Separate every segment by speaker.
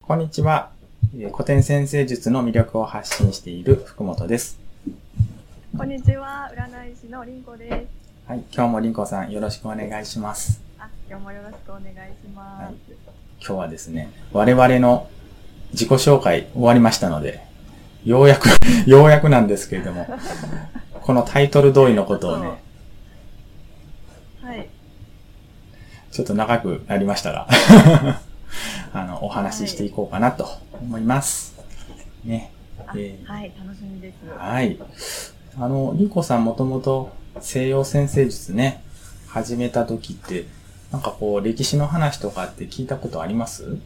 Speaker 1: こんにちは。えー古典先生術の魅力を発信している福本です。
Speaker 2: こんにちは、占い師のりんこです。
Speaker 1: はい、今日もりんこさんよろしくお願いします。
Speaker 2: あ、今日もよろしくお願いします。
Speaker 1: 今日はですね、我々の自己紹介終わりましたので、ようやく、 ようやくなんですけれど も、このタイトル通りのことをね、
Speaker 2: はい、
Speaker 1: ちょっと長くなりましたが、 あの、お話ししていこうかなと思います。ね。
Speaker 2: あ
Speaker 1: えー
Speaker 2: はい、楽しみです。
Speaker 1: はい。あの、りんこさんもともと西洋先生術ね、始めた時って、なんかこう、歴史の話とかって聞いたことあります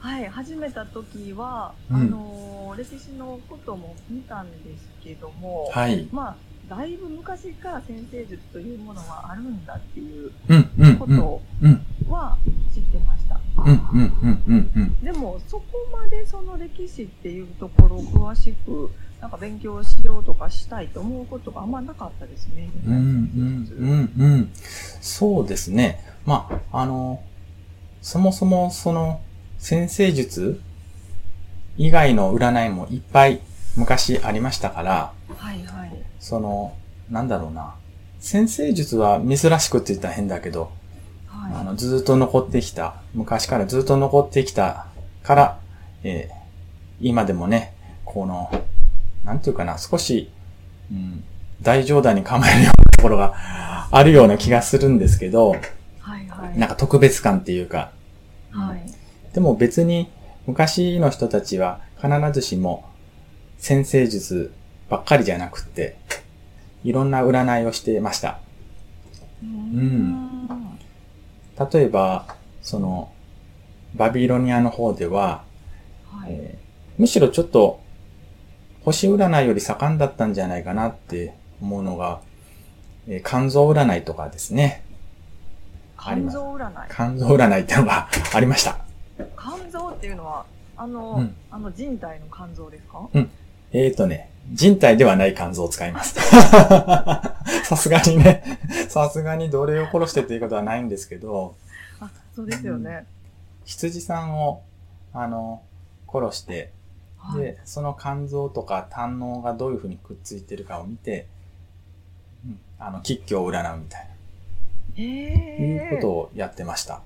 Speaker 2: はい、始めた時は、
Speaker 1: うん
Speaker 2: あのー歴史のことも見たんですけども、
Speaker 1: はい。
Speaker 2: まあ、だいぶ昔から先生術というものはあるんだっていう
Speaker 1: うん、うん、
Speaker 2: こ
Speaker 1: うん。
Speaker 2: と
Speaker 1: うん、
Speaker 2: は知ってました。
Speaker 1: うん、うん、うん、うん、うん。
Speaker 2: でも、そこまでその歴史っていうところを詳しく、なんか勉強しようとかしたいと思うことがあんまなかったですね。
Speaker 1: うん、うん、うん、うん。そうですね。まあ、あの、そもそもその、先生術以外の占いもいっぱい昔ありましたから、
Speaker 2: はいはい。
Speaker 1: その、なんだろうな。先生術は珍しくって言ったら変だけど、あ
Speaker 2: は
Speaker 1: の、ずーっと残ってきた、昔からずーっと残ってきたから、えー今でもね、この、なんていうかな、少し、うん、大冗談に構えるようなところが あるような気がするんですけど、
Speaker 2: い。はいはい。
Speaker 1: なんか特別感っていうか、
Speaker 2: はい。
Speaker 1: でも別に昔の人たちは必ずしも先生術ばっかりじゃなくって、いろんな占いをしてました。。
Speaker 2: うん
Speaker 1: 例えば、その、バビロニアの方では、
Speaker 2: はい。
Speaker 1: えーむしろちょっと、星占いより盛んだったんじゃないかなって思うのが、えー肝臓占いとかですね。あり
Speaker 2: 肝
Speaker 1: ます
Speaker 2: 臓占い。
Speaker 1: 肝臓占いってのが ありました。
Speaker 2: 肝臓っていうのは、あの、
Speaker 1: うん
Speaker 2: あの人体の肝臓ですか
Speaker 1: えーとね、人体ではない肝臓を使います。 さすがにね、さすがに奴隷を殺してっていうことはないんですけど、
Speaker 2: あ、そうですよね。
Speaker 1: 羊さんを、あの、殺して、
Speaker 2: はい。
Speaker 1: で、その肝臓とか胆嚢がどういうふうにくっついてるかを見て、うん、あの、吉居を占うみたい
Speaker 2: え
Speaker 1: な、いう
Speaker 2: え
Speaker 1: ことをやってました。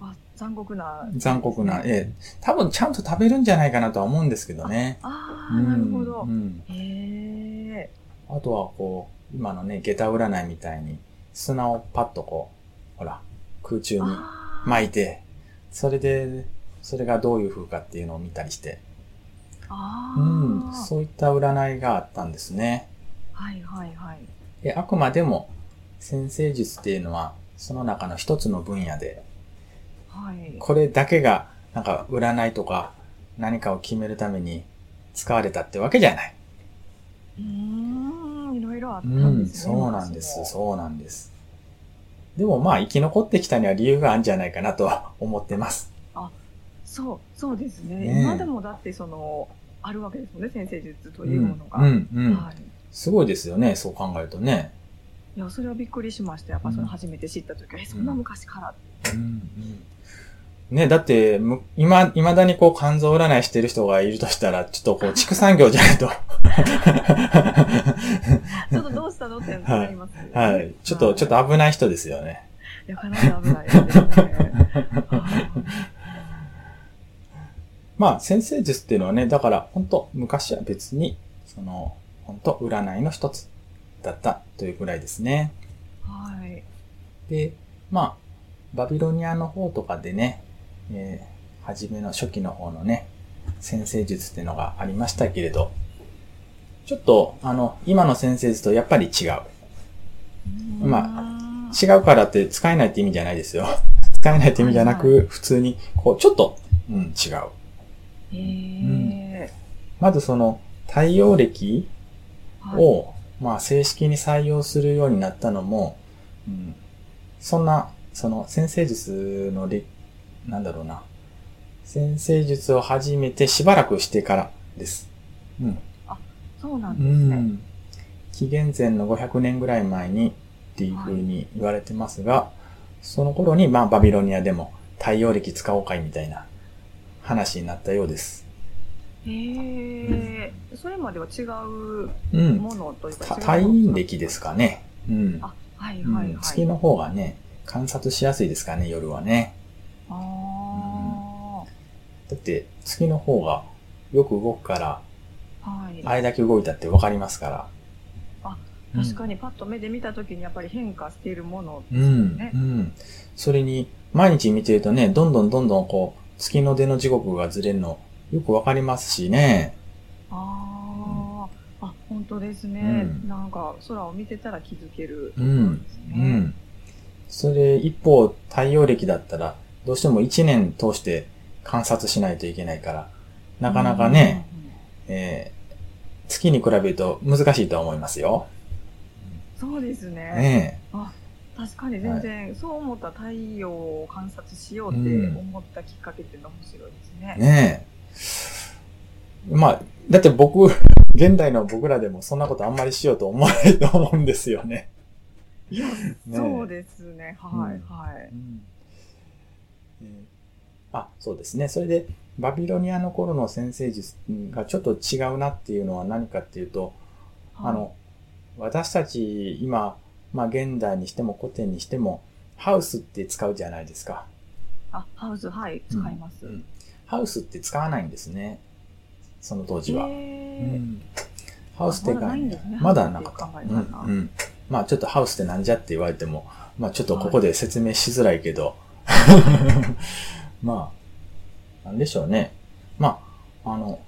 Speaker 2: あ残酷な。
Speaker 1: 残酷な、ええ、多分ちゃんと食べるんじゃないかなとは思うんですけどね。
Speaker 2: あ
Speaker 1: う
Speaker 2: あ、
Speaker 1: ん
Speaker 2: なるほど
Speaker 1: う。ん。
Speaker 2: ええ
Speaker 1: あとはこう、今のね、下駄占いみたいに、砂をパッとこう、ほら、空中に
Speaker 2: あー
Speaker 1: 巻いて、それで、それがどういう風かっていうのを見たりして、
Speaker 2: あー。
Speaker 1: うん、そういった占いがあったんですね。
Speaker 2: はいはいはい。
Speaker 1: であくまでも、先生術っていうのは、その中の一つの分野で、
Speaker 2: はい。
Speaker 1: これだけが、なんか占いとか何かを決めるために使われたってわけじゃない。
Speaker 2: うーん、いろいろあった
Speaker 1: うんん、
Speaker 2: ですね。
Speaker 1: そうなんです、
Speaker 2: 昔も
Speaker 1: そうなんです。でもまあ、生き残ってきたには理由があるんじゃないかなとは思ってます。
Speaker 2: そう、そうですね。
Speaker 1: ねえ
Speaker 2: 今でもだってその、あるわけですもんね、先生術と
Speaker 1: う、
Speaker 2: いうんものが。
Speaker 1: うん、うん
Speaker 2: は。い。
Speaker 1: すごいですよね、そう考えるとね。
Speaker 2: いや、それはびっくりしました。やっぱその初めて知った時は、え、そんな昔から って。
Speaker 1: うんうんね、だって、む、今、未だにこう肝臓占いしてる人がいるとしたら、ちょっと こう、畜産業じゃないと。
Speaker 2: ちょっとどうしたのってなりますよね、
Speaker 1: はい。ちょっと、ちょっと危ない人ですよね。
Speaker 2: いや、かなり危ないですね。
Speaker 1: まあ、先生術っていうのはね、だから、本当昔は別に、その、本当占いの一つだったというぐらいですね。
Speaker 2: はい。
Speaker 1: で、まあ、バビロニアの方とかでね、えー初めの初期の方のね、先生術っていうのがありましたけれど、ちょっと、あの、今の先生術とやっぱり違う。
Speaker 2: ま
Speaker 1: 違うからって使えないって意味じゃないですよ。使えないって意味じゃな
Speaker 2: は
Speaker 1: く、普通に、こう、ちょっと、うん、違う。
Speaker 2: ええ
Speaker 1: まずその、太陽暦
Speaker 2: はい
Speaker 1: を、まあ、正式に採用するようになったのも、うん、そんな、その、先生術のり、なんだろうな、先生術を始めてしばらくしてからです。うん。
Speaker 2: そうな
Speaker 1: うん
Speaker 2: ですね。
Speaker 1: ん。紀元前の500年ぐらい前にっていうふうに言われてますが、その頃に、まあ、バビロニアでも、太陽暦使おうかいみたいな話になったようです。
Speaker 2: へえ、それまでは違う
Speaker 1: うん。
Speaker 2: ものというか
Speaker 1: た
Speaker 2: 違う
Speaker 1: 太陰暦ですかね。うん。
Speaker 2: あはい
Speaker 1: うん
Speaker 2: はいはい。
Speaker 1: 月の方がね、観察しやすいですかね、夜はね。
Speaker 2: あ
Speaker 1: だって、月の方がよく動くから、
Speaker 2: あ、はい。
Speaker 1: あれだけ動いたってわかりますから。
Speaker 2: あ、
Speaker 1: うん
Speaker 2: 確かにパッと目で見たときにやっぱり変化しているもの。
Speaker 1: うん、
Speaker 2: ね
Speaker 1: うん。それに、毎日見てるとね、どんどんどんどんこう、月の出の時刻がずれるの、よくわかりますしね。
Speaker 2: ああ、あ、本当ですね。
Speaker 1: うん
Speaker 2: なんか空を見てたら気づける。
Speaker 1: うん
Speaker 2: です
Speaker 1: う
Speaker 2: ね。
Speaker 1: ん。それ、一方、太陽暦だったら、どうしても一年通して観察しないといけないから、なかなかね、
Speaker 2: うん。
Speaker 1: えー月に比べると難しいとは思いますよ。
Speaker 2: そうですね。
Speaker 1: ね
Speaker 2: 確かに全然、そう思った太陽を観察しようって思ったきっかけっていうのは面白いですね。
Speaker 1: え、ねえ。まあ、だって僕、 現代の僕らでもそんなことあんまりしようと思わないと思うんですよね。
Speaker 2: いや、
Speaker 1: ね
Speaker 2: そうですね。はい、
Speaker 1: うん
Speaker 2: はい。
Speaker 1: えーあ、そうですね。それで、バビロニアの頃の先生術がちょっと違うなっていうのは何かっていうと、あの、私たち今、まあ現代にしても古典にしても、ハウスって使うじゃないですか。
Speaker 2: あ、ハウス、はい、使います。
Speaker 1: うんハウスって使わないんですね。その当時は。う
Speaker 2: へー
Speaker 1: んハウスって
Speaker 2: まだないんですね
Speaker 1: まだなかった。
Speaker 2: ハウス
Speaker 1: う
Speaker 2: って考えたら
Speaker 1: んうんまあちょっとハウスってなんじゃって言われても、まあちょっとここで説明しづらいけど、 まあ、なんでしょうね。まあ、あの、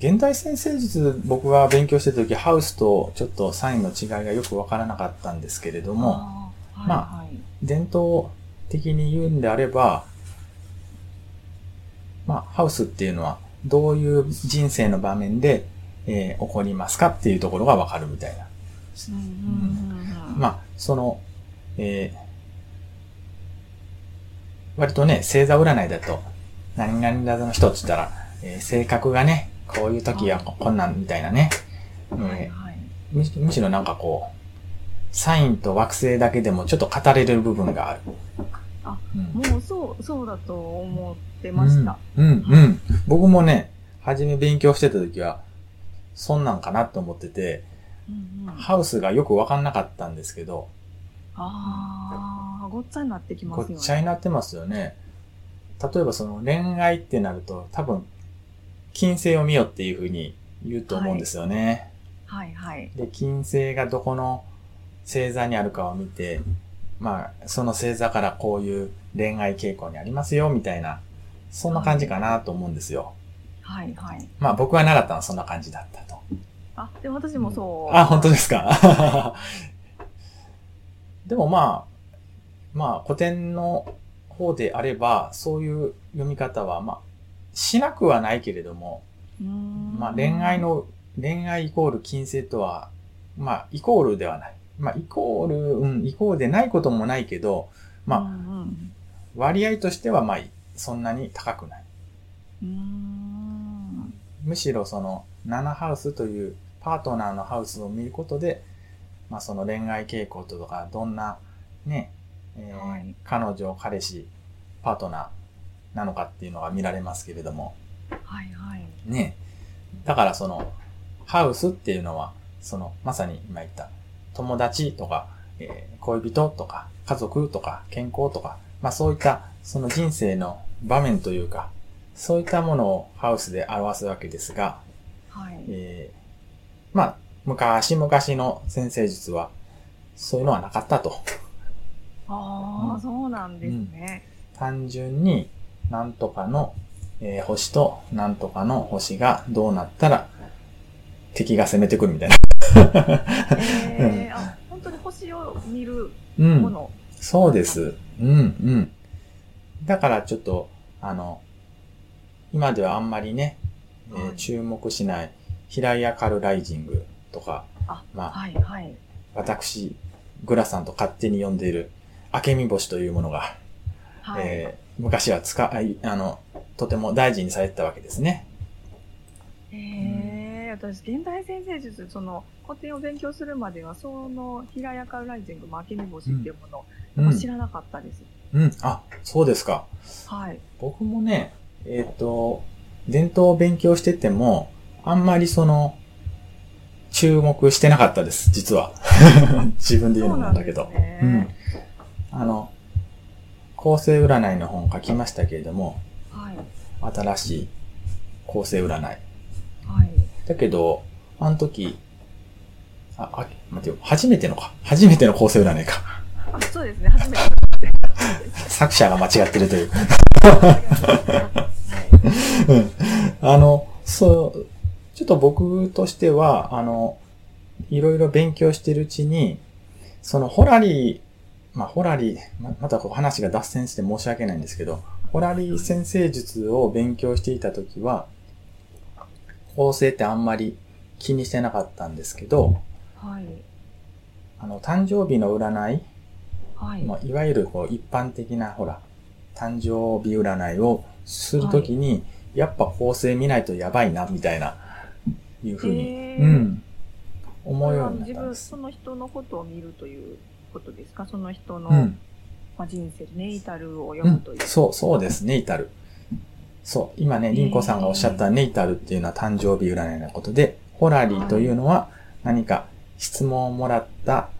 Speaker 1: 現代先生術僕が勉強してた時、ハウスとちょっとサインの違いがよくわからなかったんですけれども、
Speaker 2: あーはい、
Speaker 1: まあ
Speaker 2: はい。
Speaker 1: 伝統的に言うんであれば、まあ、ハウスっていうのは、どういう人生の場面で、えー起こりますかっていうところがわかるみたいな。
Speaker 2: うんうんうんうん
Speaker 1: まあ、その、えー割とね、星座占いだと、何々だの人って言ったら、えー性格がね、こういう時はここんなんみたいなね、えー
Speaker 2: はいはい
Speaker 1: むしむしろなんかこう、サインと惑星だけでもちょっと語れる部分がある。
Speaker 2: あ
Speaker 1: うん
Speaker 2: もうそう、そうだと思ってました。
Speaker 1: うん、うん、うん。僕もね、初め勉強してた時は、そんなんかなと思ってて、
Speaker 2: うんうん
Speaker 1: ハウスがよくわかんなかったんですけど、
Speaker 2: ああ、ごっちゃになってきます
Speaker 1: ご
Speaker 2: よね。
Speaker 1: っちゃになってますよね。例えばその恋愛ってなると、多分、金星を見よっていうふうに言うと思うんですよね。
Speaker 2: はいはい。
Speaker 1: で、金星がどこの星座にあるかを見て、まあ、その星座からこういう恋愛傾向にありますよ、みたいな、そんな感じかなと思うんですよ。
Speaker 2: はいはい。
Speaker 1: まあ僕はなかったのはそんな感じだったと。
Speaker 2: あ、でも私もそう。
Speaker 1: あ、本当ですか。 でもまあ、まあ古典の方であれば、そういう読み方は、まあ、しなくはないけれども、
Speaker 2: うーん
Speaker 1: まあ恋愛。の、恋愛イコール金星とは、まあイコールではない。まあイコール、うん、イコールでないこともないけど、まあ
Speaker 2: うんうん
Speaker 1: 割合としてはまあ、そんなに高くない。
Speaker 2: うーん
Speaker 1: むしろその7ハウスというパートナーのハウスを見ることで、まあ、その恋愛傾向とかどんなね、えー
Speaker 2: はい
Speaker 1: 彼女彼氏パートナーなのかっていうのが見られますけれども
Speaker 2: はいはい。
Speaker 1: ねだからそのハウスっていうのはそのまさに今言った友達とか、えー恋人とか家族とか健康とか、まあ、そういったその人生の場面というかそういったものをハウスで表すわけですが、
Speaker 2: はい。
Speaker 1: えーまあ、昔々の先生術は、そういうのはなかったと。
Speaker 2: あ
Speaker 1: う
Speaker 2: あ、
Speaker 1: ん
Speaker 2: そうなんですね。
Speaker 1: 単純に、なんとかの、えー星と、なんとかの星がどうなったら、敵が攻めてくるみたいな。
Speaker 2: えーあ、本当に星を見る
Speaker 1: う
Speaker 2: も
Speaker 1: ん。
Speaker 2: の。
Speaker 1: そうです。うん、うん。だからちょっと、あの、今ではあんまりね、えー
Speaker 2: はい
Speaker 1: 注目しない、平井明るライジングとか
Speaker 2: あ、
Speaker 1: まあ、
Speaker 2: はいはい。
Speaker 1: 私、グラさんと勝手に呼んでいる、明美星というものが、
Speaker 2: はい。
Speaker 1: えー昔は使い、あの、とても大事にされてたわけですね。
Speaker 2: えー、私、現代先生術、その、古典を勉強するまでは、その、平やかライジング、まあ、明け星っていうものを、
Speaker 1: うん。
Speaker 2: 知らなかったです。
Speaker 1: うん、あ、そうですか。
Speaker 2: はい。
Speaker 1: 僕もね、えっ、と、伝統を勉強してても、あんまりその、注目してなかったです、実 は。自分で言うのもなんだけど。
Speaker 2: そうなんです
Speaker 1: う
Speaker 2: ね
Speaker 1: ん。あの、構成占いの本を書きましたけれども、
Speaker 2: はい。
Speaker 1: 新しい構成占い。
Speaker 2: はい。
Speaker 1: だけど、あの時、あ、あ、待ってよ、初めてのか。初めての構成占いか。
Speaker 2: あ、そうですね。初めて。
Speaker 1: 作者が間違ってるという。
Speaker 2: はい
Speaker 1: うんあの、そう、ちょっと僕としては、あの、いろいろ勉強してるうちに、そのホラリー、まあ、ホラリー、ままたこう話が脱線して申し訳ないんですけど、ホラリー先生術を勉強していた時は、構成ってあんまり気にしてなかったんですけど、
Speaker 2: はい。
Speaker 1: あの、誕生日の占い、
Speaker 2: はい。
Speaker 1: まあ、いわゆるこう一般的な、ほら、誕生日占いをするときに、やっぱ構成見ないとやばいな、みたいな、いうふうに、
Speaker 2: へー
Speaker 1: うん、思
Speaker 2: こ
Speaker 1: う
Speaker 2: れ
Speaker 1: よ
Speaker 2: は
Speaker 1: うにな
Speaker 2: 自
Speaker 1: ったんで
Speaker 2: 分、
Speaker 1: す
Speaker 2: そ。の人のことを見るということですかその人の、
Speaker 1: うん、
Speaker 2: まあ、人生ね、至るを
Speaker 1: う
Speaker 2: 読む
Speaker 1: ん
Speaker 2: という。、
Speaker 1: そう、そうです、ネイタル。そう、今ね、
Speaker 2: へー
Speaker 1: リンコさんがおっしゃったネイタルっていうのは誕生日占いのことで、ホラリーというのは何か質問をもらった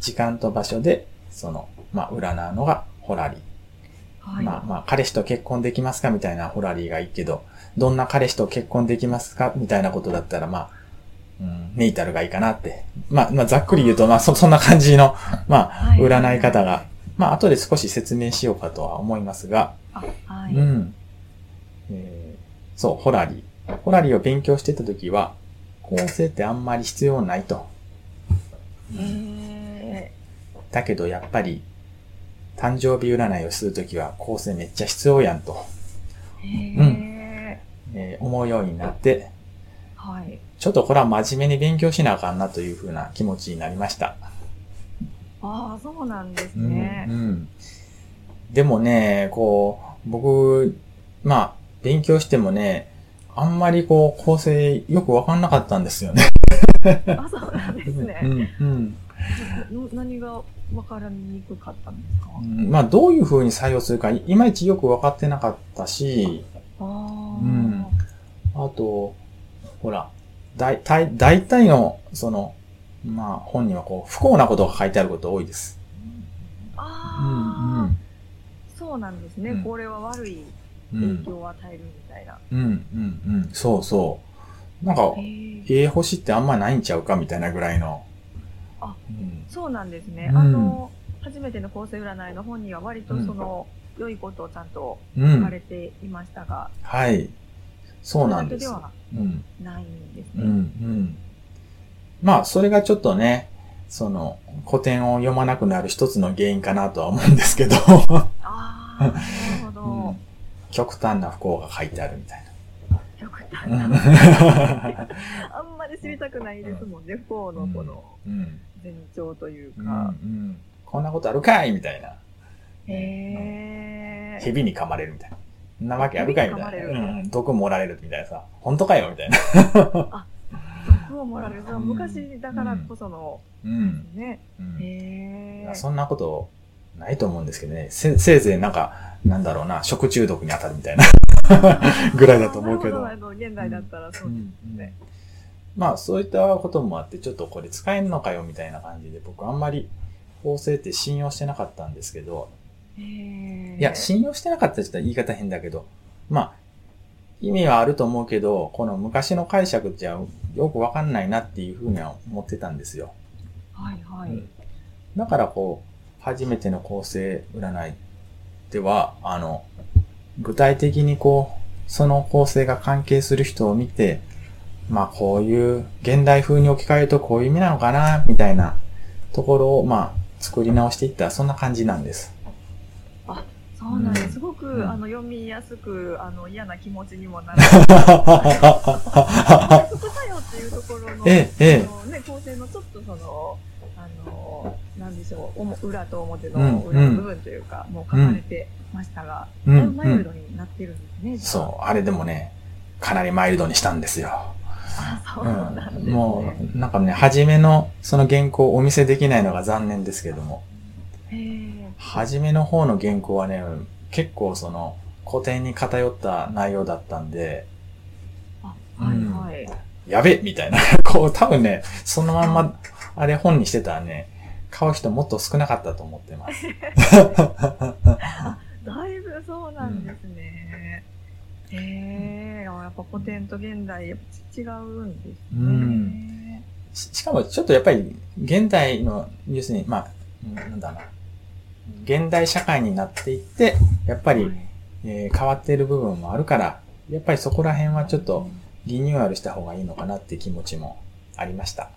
Speaker 1: 時間と場所で、その、まあ、占うのがホラリー。
Speaker 2: はい。
Speaker 1: まあまあ、彼氏と結婚できますかみたいなホラリーがいいけど、どんな彼氏と結婚できますかみたいなことだったら、まあ、うん、ネイタルがいいかなって。まあ、まあ、ざっくり言うと、まあ、そ、そんな感じの、まあ、
Speaker 2: はい
Speaker 1: 占い方が。、まあ、後で少し説明しようかとは思いますが、
Speaker 2: あ、はい。
Speaker 1: うん。えーそう、ホラリー。ホラリーを勉強してた時は、構成ってあんまり必要ないと。
Speaker 2: へ
Speaker 1: だけど、やっぱり、誕生日占いをするときは、構成めっちゃ必要やんと、
Speaker 2: ーへ
Speaker 1: えー思うようになって、
Speaker 2: ーはい。
Speaker 1: ちょっとこれは真面目に勉強しなあかんなというふうな気持ちになりました。
Speaker 2: ああ、そうなんです
Speaker 1: うん
Speaker 2: ね。
Speaker 1: うんでもね、こう、僕、まあ、勉強してもね、あんまりこう、構成よくわかんなかったんですよね。
Speaker 2: あ、そうなんです
Speaker 1: う
Speaker 2: ね。
Speaker 1: んうん
Speaker 2: の何がわからにくかったんですか
Speaker 1: うんまあ、どういうふうに採用するか、いまいちよくわかってなかったし、
Speaker 2: ああ、
Speaker 1: うんあと、ほら、大体、大体の、その、まあ、本にはこう、不幸なことが書いてあること多いです。
Speaker 2: ああ、そうなんですね、
Speaker 1: うん
Speaker 2: これは悪い
Speaker 1: うんうん
Speaker 2: 影響を与えるみたいな。
Speaker 1: うんうんうん、そうそう。なんか、
Speaker 2: へー
Speaker 1: ええ星ってあんまないんちゃうかみたいなぐらいの。
Speaker 2: あ
Speaker 1: うん、
Speaker 2: そうなんですね。
Speaker 1: うん
Speaker 2: あの、初めての構成占いの本には割とその、良いことをちゃんと
Speaker 1: う
Speaker 2: 書か
Speaker 1: ん。
Speaker 2: れていましたが、
Speaker 1: はい。そうなんで
Speaker 2: そ
Speaker 1: す。
Speaker 2: れだけ
Speaker 1: うん。
Speaker 2: ではないんです
Speaker 1: うん。う
Speaker 2: ね。
Speaker 1: ん。まあ、それがちょっとね、その、古典を読まなくなる一つの原因かなとは思うんですけど、
Speaker 2: ああ、なるほど。
Speaker 1: うん極端な不幸が書いてあるみたい
Speaker 2: 極端な。
Speaker 1: な。
Speaker 2: あんまり知りたくないですもんね、不幸のこの
Speaker 1: うん。
Speaker 2: 前兆という
Speaker 1: う
Speaker 2: か。
Speaker 1: ん。こんなことあるかいみたいな。
Speaker 2: へえ。
Speaker 1: 蛇に噛まれるみたいな。そんなわけあるかいみたい
Speaker 2: 蛇に噛ま
Speaker 1: な。
Speaker 2: れる
Speaker 1: うん。毒盛られるみたいなさ。本当かよみたいな。
Speaker 2: 毒をもらえる。それは
Speaker 1: うん
Speaker 2: 昔だからこその、
Speaker 1: うん。
Speaker 2: ね。
Speaker 1: うん
Speaker 2: へえ。
Speaker 1: そんなことないと思うんですけどね。せ、せいぜいなんか、なんだろうな、食中毒に当たるみた いな。ぐらいだと思うけど
Speaker 2: なるほあの現代だったらそうですね。
Speaker 1: まあ、そういったこともあって、ちょっとこれ使えんのかよみたいな感じで、僕あんまり、法制って信用してなかったんですけど、
Speaker 2: へえ
Speaker 1: いや、信用してなかったって言ったら言い方変だけど、まあ、意味はあると思うけど、この昔の解釈じゃよくわかんないなっていうふうには思ってたんですよ。
Speaker 2: はいは
Speaker 1: う
Speaker 2: い
Speaker 1: ん。だからこう、初めての構成占いでは、あの、具体的にこう、その構成が関係する人を見て、まあこういう現代風に置き換えるとこういう意味なのかな、みたいなところをまあ作り直していった、そんな感じなん です。
Speaker 2: そうなんで
Speaker 1: うん
Speaker 2: す。すごく、
Speaker 1: うん
Speaker 2: あの、読みやすく、あの、嫌な気持ちにもならない。副作用っていうところの、
Speaker 1: ええええ
Speaker 2: あのね、構成のちょっとその、あの、なんでしょう、おも裏と表
Speaker 1: うん
Speaker 2: の裏の部分というか、もう書かれてましたが、
Speaker 1: う
Speaker 2: だいぶ
Speaker 1: ん、
Speaker 2: マ
Speaker 1: う
Speaker 2: イルド
Speaker 1: ん。
Speaker 2: になってるんですね。じゃあ
Speaker 1: そう、あれでもね、かなりマイルドにしたんですよ。
Speaker 2: あ そうなんです
Speaker 1: うん、
Speaker 2: ね。
Speaker 1: もう、なんかね、初めのその原稿をお見せできないのが残念ですけども。
Speaker 2: へえ。
Speaker 1: 初めの方の原稿はね、結構その古典に偏った内容だったんで、
Speaker 2: あ、はいはい。
Speaker 1: やべみたいな。 こう、多分ね、そのまんま、あれ本にしてたらね、買う人もっと少なかったと思ってます。
Speaker 2: だいぶそうなんですね。へえ。あやっぱ古典と現代、やっぱ違うんですね。
Speaker 1: うんししかもちょっとやっぱり現代の、要するに、まあ、うんなんだろうな。現代社会になっていって、やっぱり、
Speaker 2: はい
Speaker 1: えー変わっている部分もあるから、やっぱりそこら辺はちょっとリニューアルした方がいいのかなって気持ちもありました。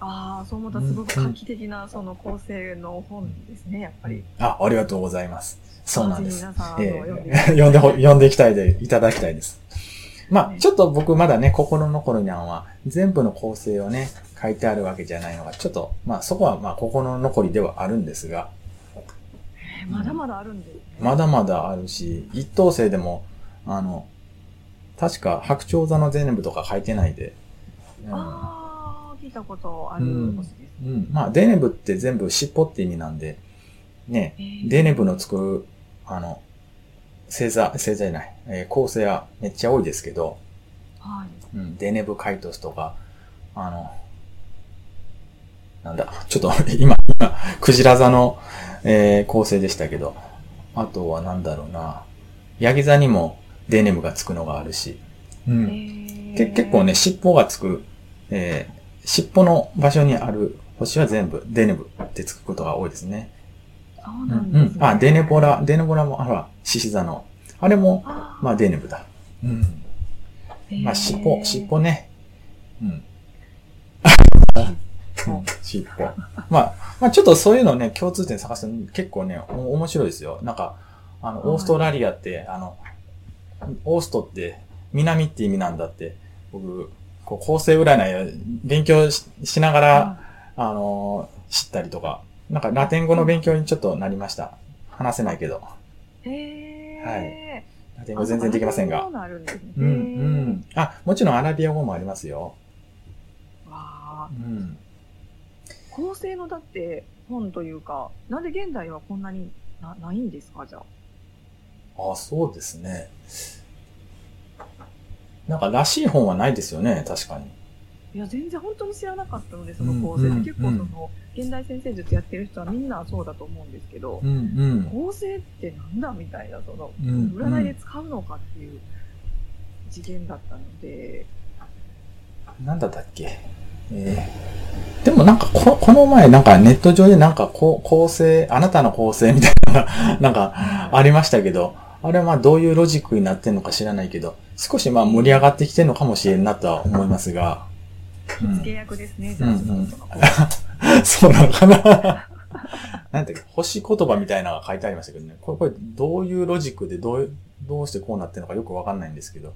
Speaker 2: ああ、そう思ったらすごく画期的なその構成の本ですね、やっぱり。
Speaker 1: あ、ありがとうございます。そうなんです。
Speaker 2: ぜひ皆さん、あ
Speaker 1: え
Speaker 2: の、読んで
Speaker 1: え読ん でほ、読んでいきたいで、いただきたいです。まあ、
Speaker 2: ね
Speaker 1: ちょっと僕まだね、心残りなのは、全部の構成をね、書いてあるわけじゃないのが、ちょっと、まあそこはまあ心残りではあるんですが、
Speaker 2: えまだまだあるんですね。
Speaker 1: まだまだあるし、一等星でも、あの、確か白鳥座の全部とか書いてないで、うん
Speaker 2: ああ、聞いたことある
Speaker 1: うん
Speaker 2: 星です。
Speaker 1: うん。まあ、デネブって全部尻尾って意味なんで、ね、デネブの作る、あの、星座、星座じゃない、えー構成はめっちゃ多いですけど、
Speaker 2: はい。
Speaker 1: うん、デネブカイトスとか、あの、なんだ、ちょっと 今、今、クジラ座の、えー構成でしたけど、あとはなんだろうな、ヤギ座にもデネブがつくのがあるし、うん。け結構ね、尻尾がつく、えー尻尾の場所にある星は全部デネブってつくことが多いですね。
Speaker 2: あそう
Speaker 1: う
Speaker 2: なん
Speaker 1: ん、
Speaker 2: で
Speaker 1: う
Speaker 2: すね
Speaker 1: ん。あ、デネボラ、デネボラも、あら、獅子座の。あれも、
Speaker 2: あ
Speaker 1: まあデネブだ。うん。
Speaker 2: ー
Speaker 1: まあ尻尾、尻尾ね。 うん。うん 尻尾。まあ、まあちょっとそういうのね、共通点探すの結構ね、お面白いですよ。なんか、あの、オーストラリアって、あの、オーストって南って意味なんだって、僕、こう、構成占いを勉強ししながら、あの、知ったりとか、なんかラテン語の勉強にちょっとなりました。話せないけど。
Speaker 2: へえ。い。
Speaker 1: ラテン語全然できません
Speaker 2: そ
Speaker 1: が
Speaker 2: う。なるんですね。
Speaker 1: うん、うん。あ、もちろんアラビア語もありますよ。
Speaker 2: うん。わあ
Speaker 1: うん。
Speaker 2: 構成のだって本というか、なんで現代はこんなになないんですか、じゃあ。
Speaker 1: あ、そうですね。なんか、らしい本はないですよね、確かに。
Speaker 2: いや、全然本当に知らなかったので、その構
Speaker 1: う
Speaker 2: 成
Speaker 1: んうんう
Speaker 2: で。
Speaker 1: ん
Speaker 2: 結構その、現代先生術やってる人はみんなそうだと思うんですけど、
Speaker 1: うん、
Speaker 2: 構成ってなんだみたいな、その、
Speaker 1: うん。うん、
Speaker 2: 占いで使うのかっていう次元だったので、
Speaker 1: なんだったっけ。えーでもなんかこ、この前、なんかネット上でなんか、こう、構成、あなたの構成みたいな、 なんか、ありましたけど、あれはまあどういうロジックになってんのか知らないけど、少しまあ盛り上がってきてんのかもしれんなとは思いますが。う
Speaker 2: 付け
Speaker 1: ん、
Speaker 2: 役ですね、じゃあ、ちょっとその構 成
Speaker 1: そうなのかな なんだっけ、星言葉みたいなのが書いてありましたけどね。これ、これどういうロジックでどう、どうしてこうなってるのかよくわかんないんですけど。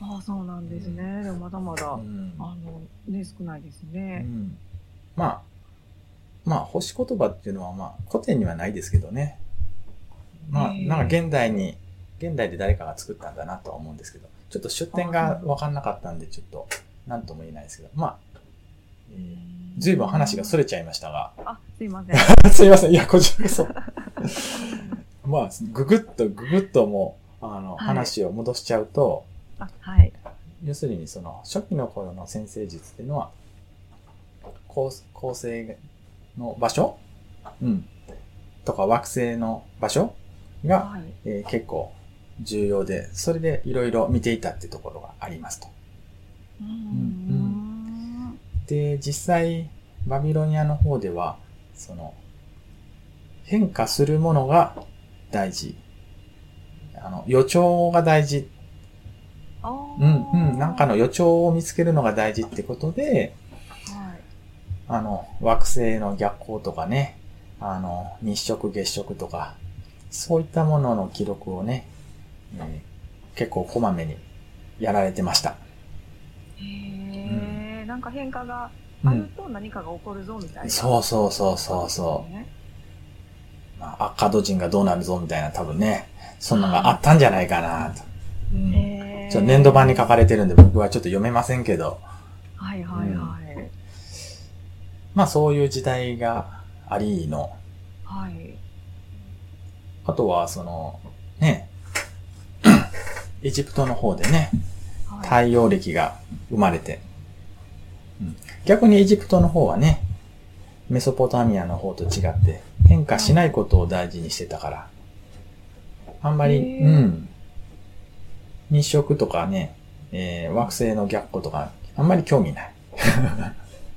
Speaker 2: ああ、そうなんですね。でもまだまだ、
Speaker 1: う
Speaker 2: あ
Speaker 1: ん
Speaker 2: の、ね、少ないです
Speaker 1: う
Speaker 2: ね。
Speaker 1: んまあ、まあ、星言葉っていうのは、まあ、古典にはないですけどね。まあ、
Speaker 2: ねえ
Speaker 1: なんか現代に、現代で誰かが作ったんだなとは思うんですけど、ちょっと出典がわかんなかったんで、ちょっと、なんとも言えないですけど、まあ、えーずいぶん話がそ
Speaker 2: れ。
Speaker 1: れちゃいましたが、
Speaker 2: あ、すいません。
Speaker 1: すいません、いや、こちらこそ。まあ、ぐぐっと、ぐぐっともう、あの、
Speaker 2: はい
Speaker 1: 話を戻しちゃうと、
Speaker 2: あ、はい。
Speaker 1: 要するにその初期の頃の先生術っていうのは構構成の場所、うん、とか惑星の場所が、
Speaker 2: はい。
Speaker 1: えー結構重要でそれでいろいろ見ていたってところがありますと。
Speaker 2: うーん
Speaker 1: んで実際バビロニアの方ではその変化するものが大事あの予兆が大事
Speaker 2: あー
Speaker 1: うんうん、なんかの予兆を見つけるのが大事ってことで、
Speaker 2: はい
Speaker 1: あの、惑星の逆光とかね、あの、日食月食とか、そういったものの記録をね、えー結構こまめにやられてました。
Speaker 2: へえ、なんか変化が
Speaker 1: う
Speaker 2: ある
Speaker 1: ん。
Speaker 2: と何かが起こるぞみたいな。。
Speaker 1: そうそうそうそうそう
Speaker 2: ね
Speaker 1: う。まあ、アッカド人がどうなるぞみたいな多分ね、そんなのがあったんじゃないかなと。うん。
Speaker 2: へー
Speaker 1: ちょっと年度版に書かれてるんで僕はちょっと読めませんけど、
Speaker 2: はいはいはい。
Speaker 1: まあそういう時代がありの、
Speaker 2: はい。
Speaker 1: あとは、その、ね、エジプトの方でね、
Speaker 2: はい。
Speaker 1: 太陽暦が生まれて、うん逆にエジプトの方はね、メソポタミアの方と違って変化しないことを大事にしてたから、あんまり、
Speaker 2: へー
Speaker 1: うん。日食とかね、えー惑星の逆光とか、あんまり興味ない。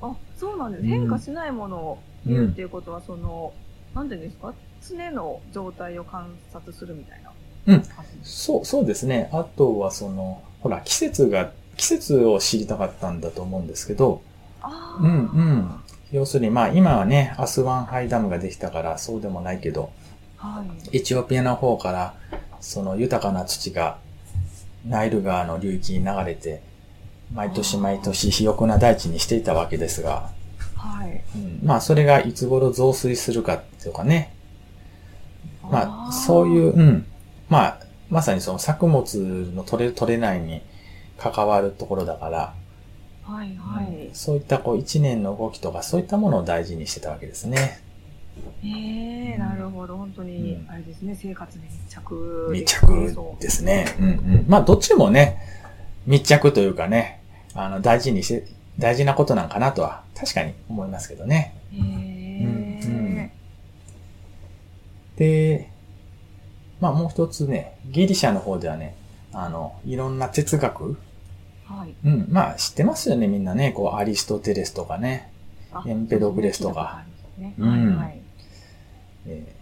Speaker 2: あ、そうなんです。
Speaker 1: うん
Speaker 2: 変化しないものを見るっていうことは、その、なんていうんですか常の状態を観察するみたいな。
Speaker 1: うん
Speaker 2: 感じです。
Speaker 1: そう、そうですね。あとはその、ほら、季節が、季節を知りたかったんだと思うんですけど、
Speaker 2: ああ。
Speaker 1: うんうん。要するに、まあ今はね、アスワンハイダムができたからそうでもないけど、
Speaker 2: はい。
Speaker 1: エチオピアの方から、その豊かな土が、ナイル川の流域に流れて、毎年毎年肥沃な大地にしていたわけですが、
Speaker 2: はい。。
Speaker 1: うんまあそれがいつ頃増水するかとかね、まあそういうう、うん。まあまさにその作物の取れる取れないに関わるところだから、
Speaker 2: はいはい。
Speaker 1: そういったこう一年の動きとかそういったものを大事にしてたわけですね。
Speaker 2: ええなるほど。本当に
Speaker 1: う、ん
Speaker 2: あれですね、生活に密着
Speaker 1: 密
Speaker 2: ですね。
Speaker 1: 着
Speaker 2: そう
Speaker 1: ですね。うんうん。まあ、どっちもね、密着というかね、あの、大事にして、大事なことなんかなとは、確かに思いますけどね。
Speaker 2: へ
Speaker 1: うんうん
Speaker 2: え
Speaker 1: で、まあ、もう一つね、ギリシャの方ではね、あの、いろんな哲学、
Speaker 2: はい。
Speaker 1: うん、まあ、知ってますよね、みんなね、こう、アリストテレスとかね、
Speaker 2: あ
Speaker 1: エンペドクレスとか。
Speaker 2: 聞いた
Speaker 1: う
Speaker 2: ことあります
Speaker 1: ん
Speaker 2: ねはいはい。
Speaker 1: えー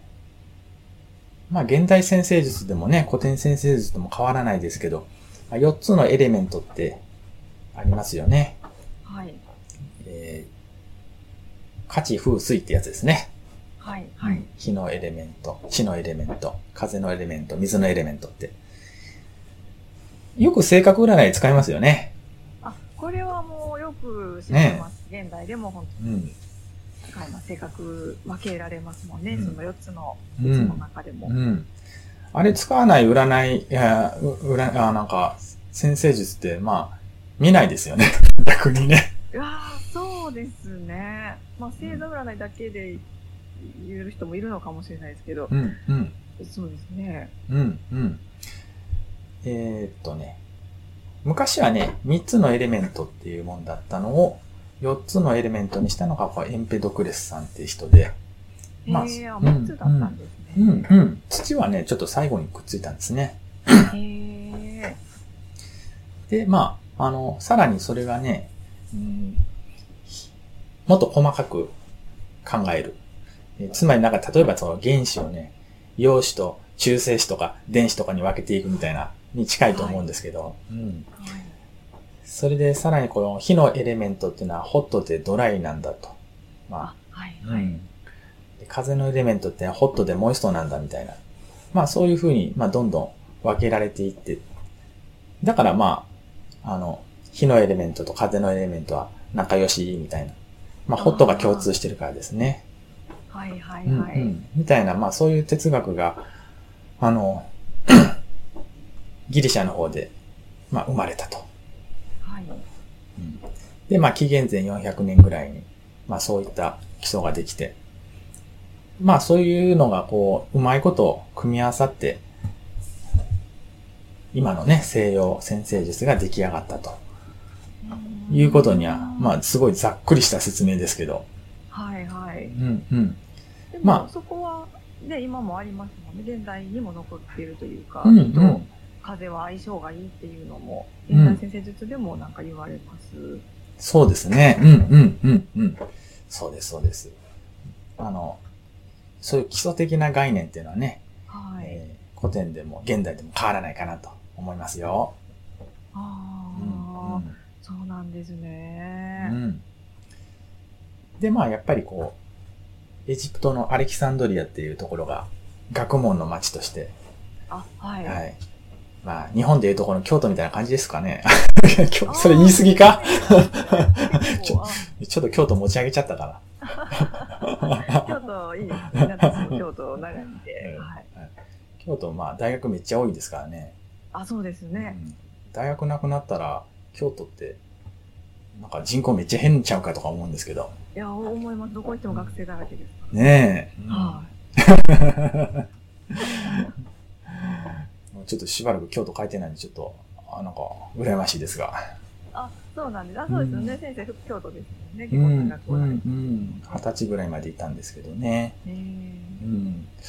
Speaker 1: まあ、現代先生術でもね、古典先生術とも変わらないですけど、4つのエレメントってありますよね。
Speaker 2: はい。
Speaker 1: えー、価値風水ってやつですね。
Speaker 2: はい。はい。
Speaker 1: 火のエレメント、地のエレメント、風のエレメント、水のエレメントって。よく性格占い使いますよね。
Speaker 2: あ、これはもうよく知ってます。現代でも本
Speaker 1: うん。
Speaker 2: 当に使います。性格分けられますもんね。
Speaker 1: うん
Speaker 2: その4つの、
Speaker 1: う
Speaker 2: その
Speaker 1: ん。
Speaker 2: 中でも。
Speaker 1: うん。あれ使わない占い、いや、う占い、あ、なんか、先生術って、まあ、見ないですよね。 逆にね。
Speaker 2: うわーそうですね。まあ、星座占いだけで言える人もいるのかもしれないですけど、
Speaker 1: うん、うん、
Speaker 2: そうですね。
Speaker 1: うん、うん。えーっとね。昔はね、3つのエレメントっていうもんだったのを、4つのエレメントにしたのが、これエンペドクレスさんっていう人で、
Speaker 2: え
Speaker 1: まあ
Speaker 2: えー、あ、
Speaker 1: うん
Speaker 2: 6つだったんです
Speaker 1: う
Speaker 2: ね。
Speaker 1: ん、うん。土はね、ちょっと最後にくっついたんですね。
Speaker 2: へえ。
Speaker 1: で、まあ、あの、さらにそれがね、うんもっと細かく考える。えつまりなんか、例えばその原子をね、陽子と中性子とか電子とかに分けていくみたいな、に近いと思うんですけど、うん。
Speaker 2: はい
Speaker 1: それでさらにこの火のエレメントっていうのはホットでドライなんだと。ま
Speaker 2: あ、はい
Speaker 1: あ、
Speaker 2: はい。
Speaker 1: で風のエレメントってホットでモイストなんだみたいな。まあそういうふうに、まあどんどん分けられていって。だからまあ、あの、火のエレメントと風のエレメントは仲良しみたいな。まあホットが共通してるからですね。
Speaker 2: はいはい
Speaker 1: うんう
Speaker 2: はい。
Speaker 1: ん、みたいな、まあそういう哲学が、あの、 ギリシャの方で、まあ生まれたと。
Speaker 2: はい。
Speaker 1: うんで、まあ紀元前400年ぐらいに、まあそういった基礎ができて、まあそういうのがこう、うまいこと組み合わさって、今のね、西洋先生術が出来上がったということには、まあすごいざっくりした説明ですけど、
Speaker 2: あ。はいはい。
Speaker 1: うんうん。
Speaker 2: でも、
Speaker 1: まあ
Speaker 2: そこは、で、今もありますもんね。現代にも残っているというか、
Speaker 1: うんう
Speaker 2: 火と
Speaker 1: ん。
Speaker 2: 風は相性がいいっていうのも、
Speaker 1: うん
Speaker 2: 現代先生術でもなんか言われます。
Speaker 1: そうですね。うんうんうんうん。そうですそうです。あの、そういう基礎的な概念っていうのはね、
Speaker 2: はい。
Speaker 1: えー古典でも現代でも変わらないかなと思いますよ。
Speaker 2: ああ、
Speaker 1: うん
Speaker 2: そうなんです
Speaker 1: うん
Speaker 2: ね。
Speaker 1: うん、で、まあやっぱりこう、エジプトのアレキサンドリアっていうところが学問の街として、
Speaker 2: あ、はい。
Speaker 1: はい。まあ日本でいうとこの京都みたいな感じですかね。
Speaker 2: あ
Speaker 1: 京
Speaker 2: ー
Speaker 1: それ言い過ぎか
Speaker 2: 結構
Speaker 1: ちょっと京都持ち上げちゃったか
Speaker 2: あ京都いいですね。私も京都長いんで。
Speaker 1: うん
Speaker 2: はい。
Speaker 1: ら。はい、京都まあ大学めっちゃ多いですからね。
Speaker 2: あ、そうですね。
Speaker 1: うん大学なくなったら、京都って、なんか人口めっちゃ変ちゃうかとか思うんですけど。
Speaker 2: いや、思います。どこ行っても学生だらけですから。
Speaker 1: ねえ。うん
Speaker 2: は
Speaker 1: もうちょっとしばらく京都帰ってないんで、ちょっと、あなんか、羨ましいですが。
Speaker 2: あ、そうなんです。あ、そうですよね。先生、京都ですよね。
Speaker 1: う
Speaker 2: 日
Speaker 1: ん、う
Speaker 2: 本
Speaker 1: ん、
Speaker 2: 学
Speaker 1: う
Speaker 2: 校なんで
Speaker 1: ん。二十歳ぐらいまでいたんですけどね。
Speaker 2: えー
Speaker 1: うん。え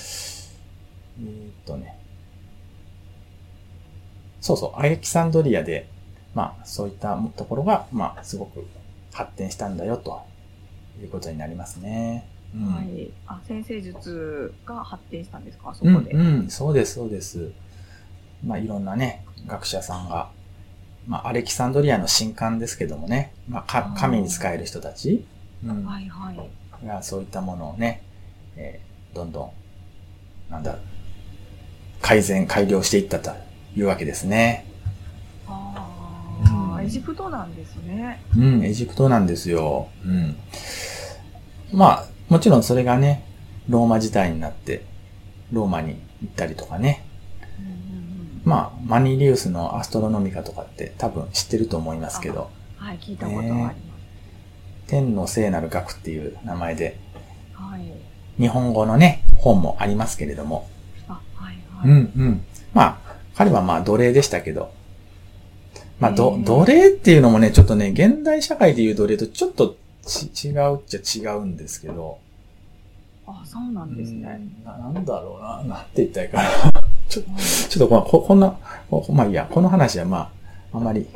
Speaker 1: ーっとね。そうそう、アレキサンドリアで、まあ、そういったところが、まあ、すごく発展したんだよ、ということになりますね。うん。
Speaker 2: はい。あ、先生術が発展したんですか、あそ
Speaker 1: うん
Speaker 2: こで。
Speaker 1: うん、そうです、そうです。まあ、いろんなね、学者さんが、まあ、アレキサンドリアの神官ですけどもね、まあ、か神に仕える人たち、うん、
Speaker 2: はいはい。
Speaker 1: がそういったものをね、えーどんどん、なんだ、改善、改良していったというわけですね。
Speaker 2: あ
Speaker 1: う
Speaker 2: あ、
Speaker 1: ん
Speaker 2: エジプトなんですね。
Speaker 1: うん、エジプトなんですよ。うん。まあ、もちろんそれがね、ローマ時代になって、ローマに行ったりとかね、
Speaker 2: うんうん
Speaker 1: まあ、マニリウスのアストロノミカとかって多分知ってると思いますけど、
Speaker 2: うんはい、聞いたことはあります。
Speaker 1: 天の聖なる学っていう名前で、
Speaker 2: はい。
Speaker 1: 日本語のね、本もありますけれども、
Speaker 2: あ、はいは
Speaker 1: う
Speaker 2: い。
Speaker 1: んうん。まあ、彼はまあ奴隷でしたけど、まあ、ど
Speaker 2: えー
Speaker 1: 奴隷っていうのもね、ちょっとね、現代社会でいう奴隷とちょっとち違うっちゃ違うんですけど、
Speaker 2: あ、そうなんですね。
Speaker 1: うんななんだろうな、なんて言ったらいいかな。ちょっとこここんな、こまあいいや、この話はまあ、あんまり、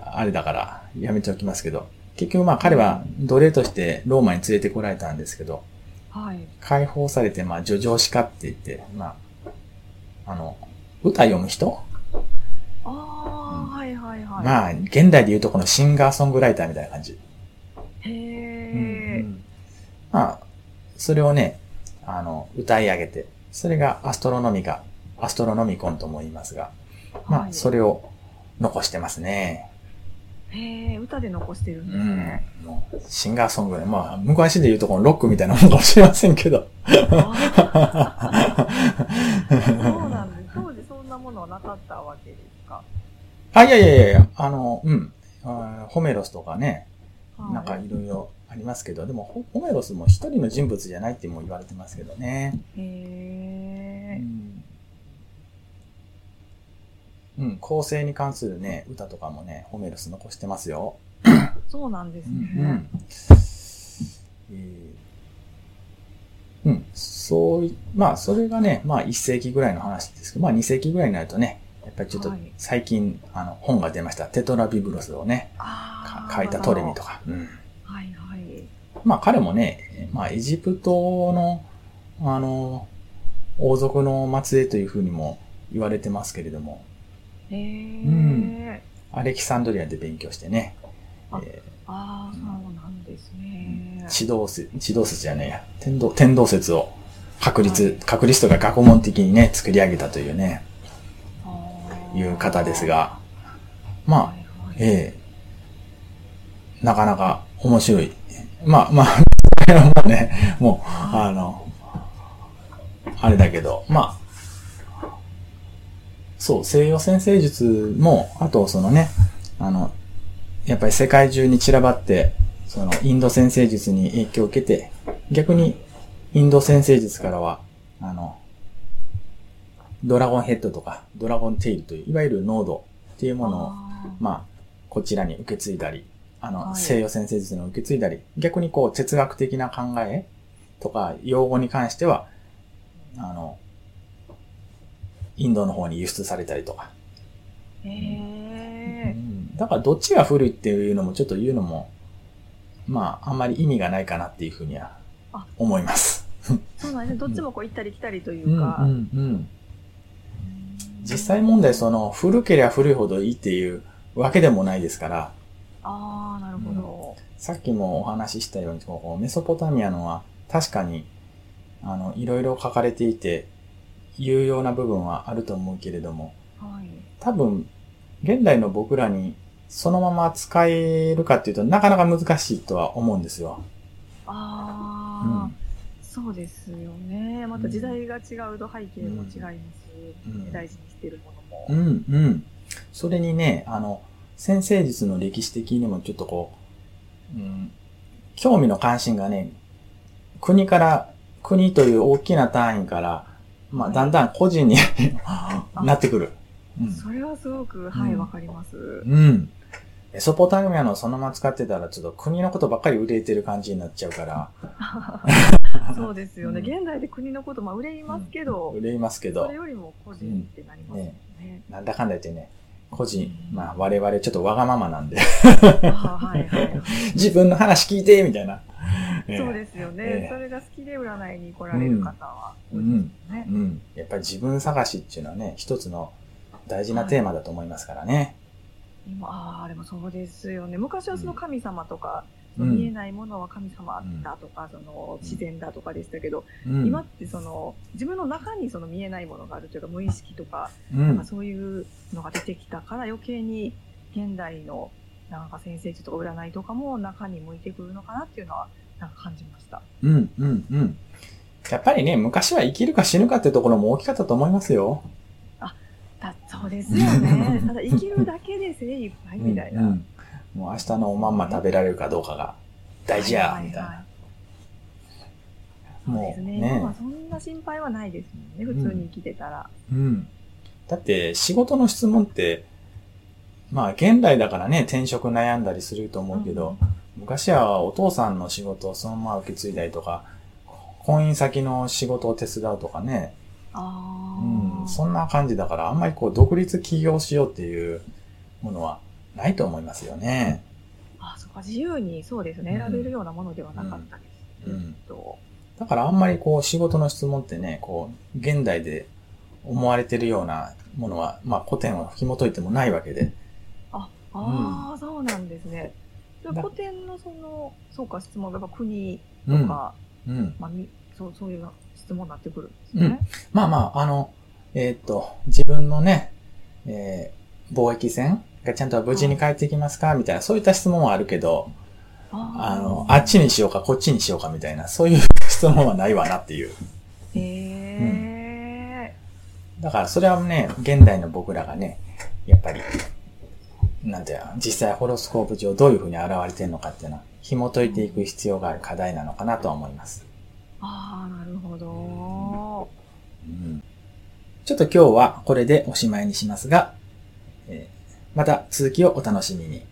Speaker 1: あれだから、やめておきますけど、結局まあ彼は奴隷としてローマに連れてこられたんですけど、
Speaker 2: はい。
Speaker 1: 解放されて、まあ、叙情詩家って言って、まあ、あの、歌読む人、
Speaker 2: ああ、はいはいはい。
Speaker 1: まあ、現代で言うとこのシンガーソングライターみたいな感じ。
Speaker 2: へ
Speaker 1: う
Speaker 2: え。
Speaker 1: んまあ、それをね、あの、歌い上げて、それがアストロノミカ、アストロノミコンとも言いますが、ま
Speaker 2: は
Speaker 1: あ、
Speaker 2: い
Speaker 1: それを残してますね。
Speaker 2: へえ、歌で残してるん
Speaker 1: う
Speaker 2: です
Speaker 1: ん
Speaker 2: ね。。
Speaker 1: もう、シンガーソングで、まあ、昔で言うとこのロックみたいなもんかもしれませんけど。
Speaker 2: あーそうな
Speaker 1: あ、
Speaker 2: んです。当時そんなものはなかったわけですか。
Speaker 1: いやいやいやいや、 あの、うん。あーホメロスとかね、
Speaker 2: はい
Speaker 1: なんかいろいろありますけど、でもホホメロスも一人の人物じゃないっても言われてますけどね。
Speaker 2: へ
Speaker 1: う
Speaker 2: え。
Speaker 1: んうん、構成に関するね、歌とかもね、ホメロス残してますよ。
Speaker 2: そうなんです
Speaker 1: うん、う
Speaker 2: ね。
Speaker 1: ん。えーうん、そうい、まあ、それがね、まあ、1世紀ぐらいの話ですけど、まあ、2世紀ぐらいになるとね、やっぱりちょっと
Speaker 2: はい、
Speaker 1: 最近、あの、本が出ました。テトラビブロスをね、か
Speaker 2: ああ。
Speaker 1: 書いたトレミと
Speaker 2: か。
Speaker 1: か。うん。
Speaker 2: はいはい。
Speaker 1: まあ、彼もね、まあ、エジプトの、あの、王族の末裔というふうにも言われてますけれども、
Speaker 2: へ
Speaker 1: ん
Speaker 2: え。
Speaker 1: アレキサンドリアで勉強してね、
Speaker 2: あ
Speaker 1: え
Speaker 2: ああ、そうなんですね
Speaker 1: ー。地動説、地動説じゃねえや、天動、天動説を確立、確立とか学問的にね、作り上げたというね、
Speaker 2: あー
Speaker 1: いう方です。が、まあ、
Speaker 2: はいはい
Speaker 1: ええなかなか面白い。まあまあ、まあね、もう、あの、あれだけど、まあ、そう、西洋先生術も、あとそのね、あの、やっぱり世界中に散らばって、そのインド先生術に影響を受けて、逆にインド先生術からは、あの、ドラゴンヘッドとか、ドラゴンテイルという、いわゆる濃度っていうものを
Speaker 2: あー
Speaker 1: まあ、こちらに受け継いだり、あの、
Speaker 2: はい
Speaker 1: 西洋先生術の受け継いだり、逆にこう、哲学的な考えとか、用語に関しては、あの、インドの方に輸出されたりとか。
Speaker 2: へ
Speaker 1: う
Speaker 2: え。
Speaker 1: んだから、どっちが古いっていうのも、ちょっと言うのも、まあ、あんまり意味がないかなっていうふうには
Speaker 2: あ
Speaker 1: 思います。、
Speaker 2: そうなんですね。どっちもこう行ったり来たりといううん
Speaker 1: う
Speaker 2: か。
Speaker 1: ん、うん。実際問題、その、古ければ古いほどいいっていうわけでもないですから、
Speaker 2: ああ、なるほど。
Speaker 1: さっきもお話ししたように、こうメソポタミアのは確かに、あの、いろいろ書かれていて、有用な部分はあると思うけれども、
Speaker 2: はい。
Speaker 1: 多分、現代の僕らにそのまま使えるかっていうとなかなか難しいとは思うんですよ。う
Speaker 2: ああ、
Speaker 1: ん。
Speaker 2: そうですよね。また時代が違うと背景も違いますし、
Speaker 1: うん
Speaker 2: 大事にしてるものも。
Speaker 1: うん、うん。それにね、あの、先生術の歴史的にもちょっとこう、うん、興味の関心がね、国から国という大きな単位から、まあ、だんだん個人 になってくる。
Speaker 2: それはすごく、はい、
Speaker 1: うん
Speaker 2: わかります。
Speaker 1: うん。うん。メソポタミアのそのまま使ってたら、ちょっと国のことばっかり憂えてる感じになっちゃうから、
Speaker 2: そうですよね。
Speaker 1: うん
Speaker 2: 現代で国のこと、まあ、憂いますけど、
Speaker 1: 憂いますけ
Speaker 2: そ
Speaker 1: ど
Speaker 2: れ、よりも個人ってなりますよね。
Speaker 1: なんだかんだ言ってね、個人、まあ我々ちょっとわがままなんで、
Speaker 2: あはいはい。
Speaker 1: 自分の話聞いてみたいな。 ええ
Speaker 2: そうですよね、
Speaker 1: ええ
Speaker 2: それが好きで占いに来られる方は多いですよね。
Speaker 1: うん。やっぱり自分探しっていうのはね、一つの大事なテーマだと思いますからね。
Speaker 2: 今ああ、でもそうですよね。昔はその神様とか、
Speaker 1: うん
Speaker 2: 見えないものは神様だとか、その自然だとかでしたけど、
Speaker 1: うん。
Speaker 2: 今ってその自分の中にその見えないものがあるというか無意識とか、
Speaker 1: う
Speaker 2: まあ
Speaker 1: ん。
Speaker 2: そういうのが出てきたから余計に現代のなんか先生術とか占いとかも中に向いてくるのかなっていうのはなんか感じました。
Speaker 1: うん。うん。うん。やっぱりね、昔は生きるか死ぬかってところも大きかったと思いますよ。
Speaker 2: だそうですよね。ただ生きるだけで精一杯みたいな。
Speaker 1: うんうんもう明日のおまんま食べられるかどうかが大事や、みたい
Speaker 2: はは
Speaker 1: な。
Speaker 2: は
Speaker 1: も
Speaker 2: そううですね。今はそんな心配はないですもんね。普通に生きてたら。
Speaker 1: うん。だって、仕事の質問って、まあ、現代だからね、転職悩んだりすると思うけど、昔はお父さんの仕事をそのまま受け継いだりとか、婚姻先の仕事を手伝うとかね、
Speaker 2: あ
Speaker 1: うん、そ
Speaker 2: ん
Speaker 1: んな感じだから、あんまりこう、独立起業しようっていうものはないと思いますよね。
Speaker 2: あ、そっか。自由にそうですね。
Speaker 1: うん
Speaker 2: 選べるようなものではなかったです。
Speaker 1: うん
Speaker 2: えっと
Speaker 1: だからあんまりこう、仕事の質問ってね、こう、現代で思われてるようなものは、まあ、古典を紐解いてもないわけで、
Speaker 2: あ、ああ、そうなんですね。で
Speaker 1: だ
Speaker 2: 古典のその、そうか、質問がやっぱ国
Speaker 1: う
Speaker 2: と
Speaker 1: ん、
Speaker 2: か、
Speaker 1: うん。
Speaker 2: まあみそう、そういう質問になってくるんですね。
Speaker 1: まあまあ、あの、えーっと、自分のね、えー貿易船がちゃんと無事に帰ってきますかみたいな、そういった質問はあるけど、あの、あっちにしようか、こっちにしようか、みたいな、そういう質問はないわなっていう。
Speaker 2: へえ、
Speaker 1: だから、それはね、現代の僕らがね、やっぱり、なんていうの実際ホロスコープ上どういうふうに現れてるのかっていうのは、紐解いていく必要がある課題なのかなとは思います。
Speaker 2: ああ、なるほど。
Speaker 1: うんちょっと今日はこれでおしまいにしますが、えーまた続きをお楽しみに。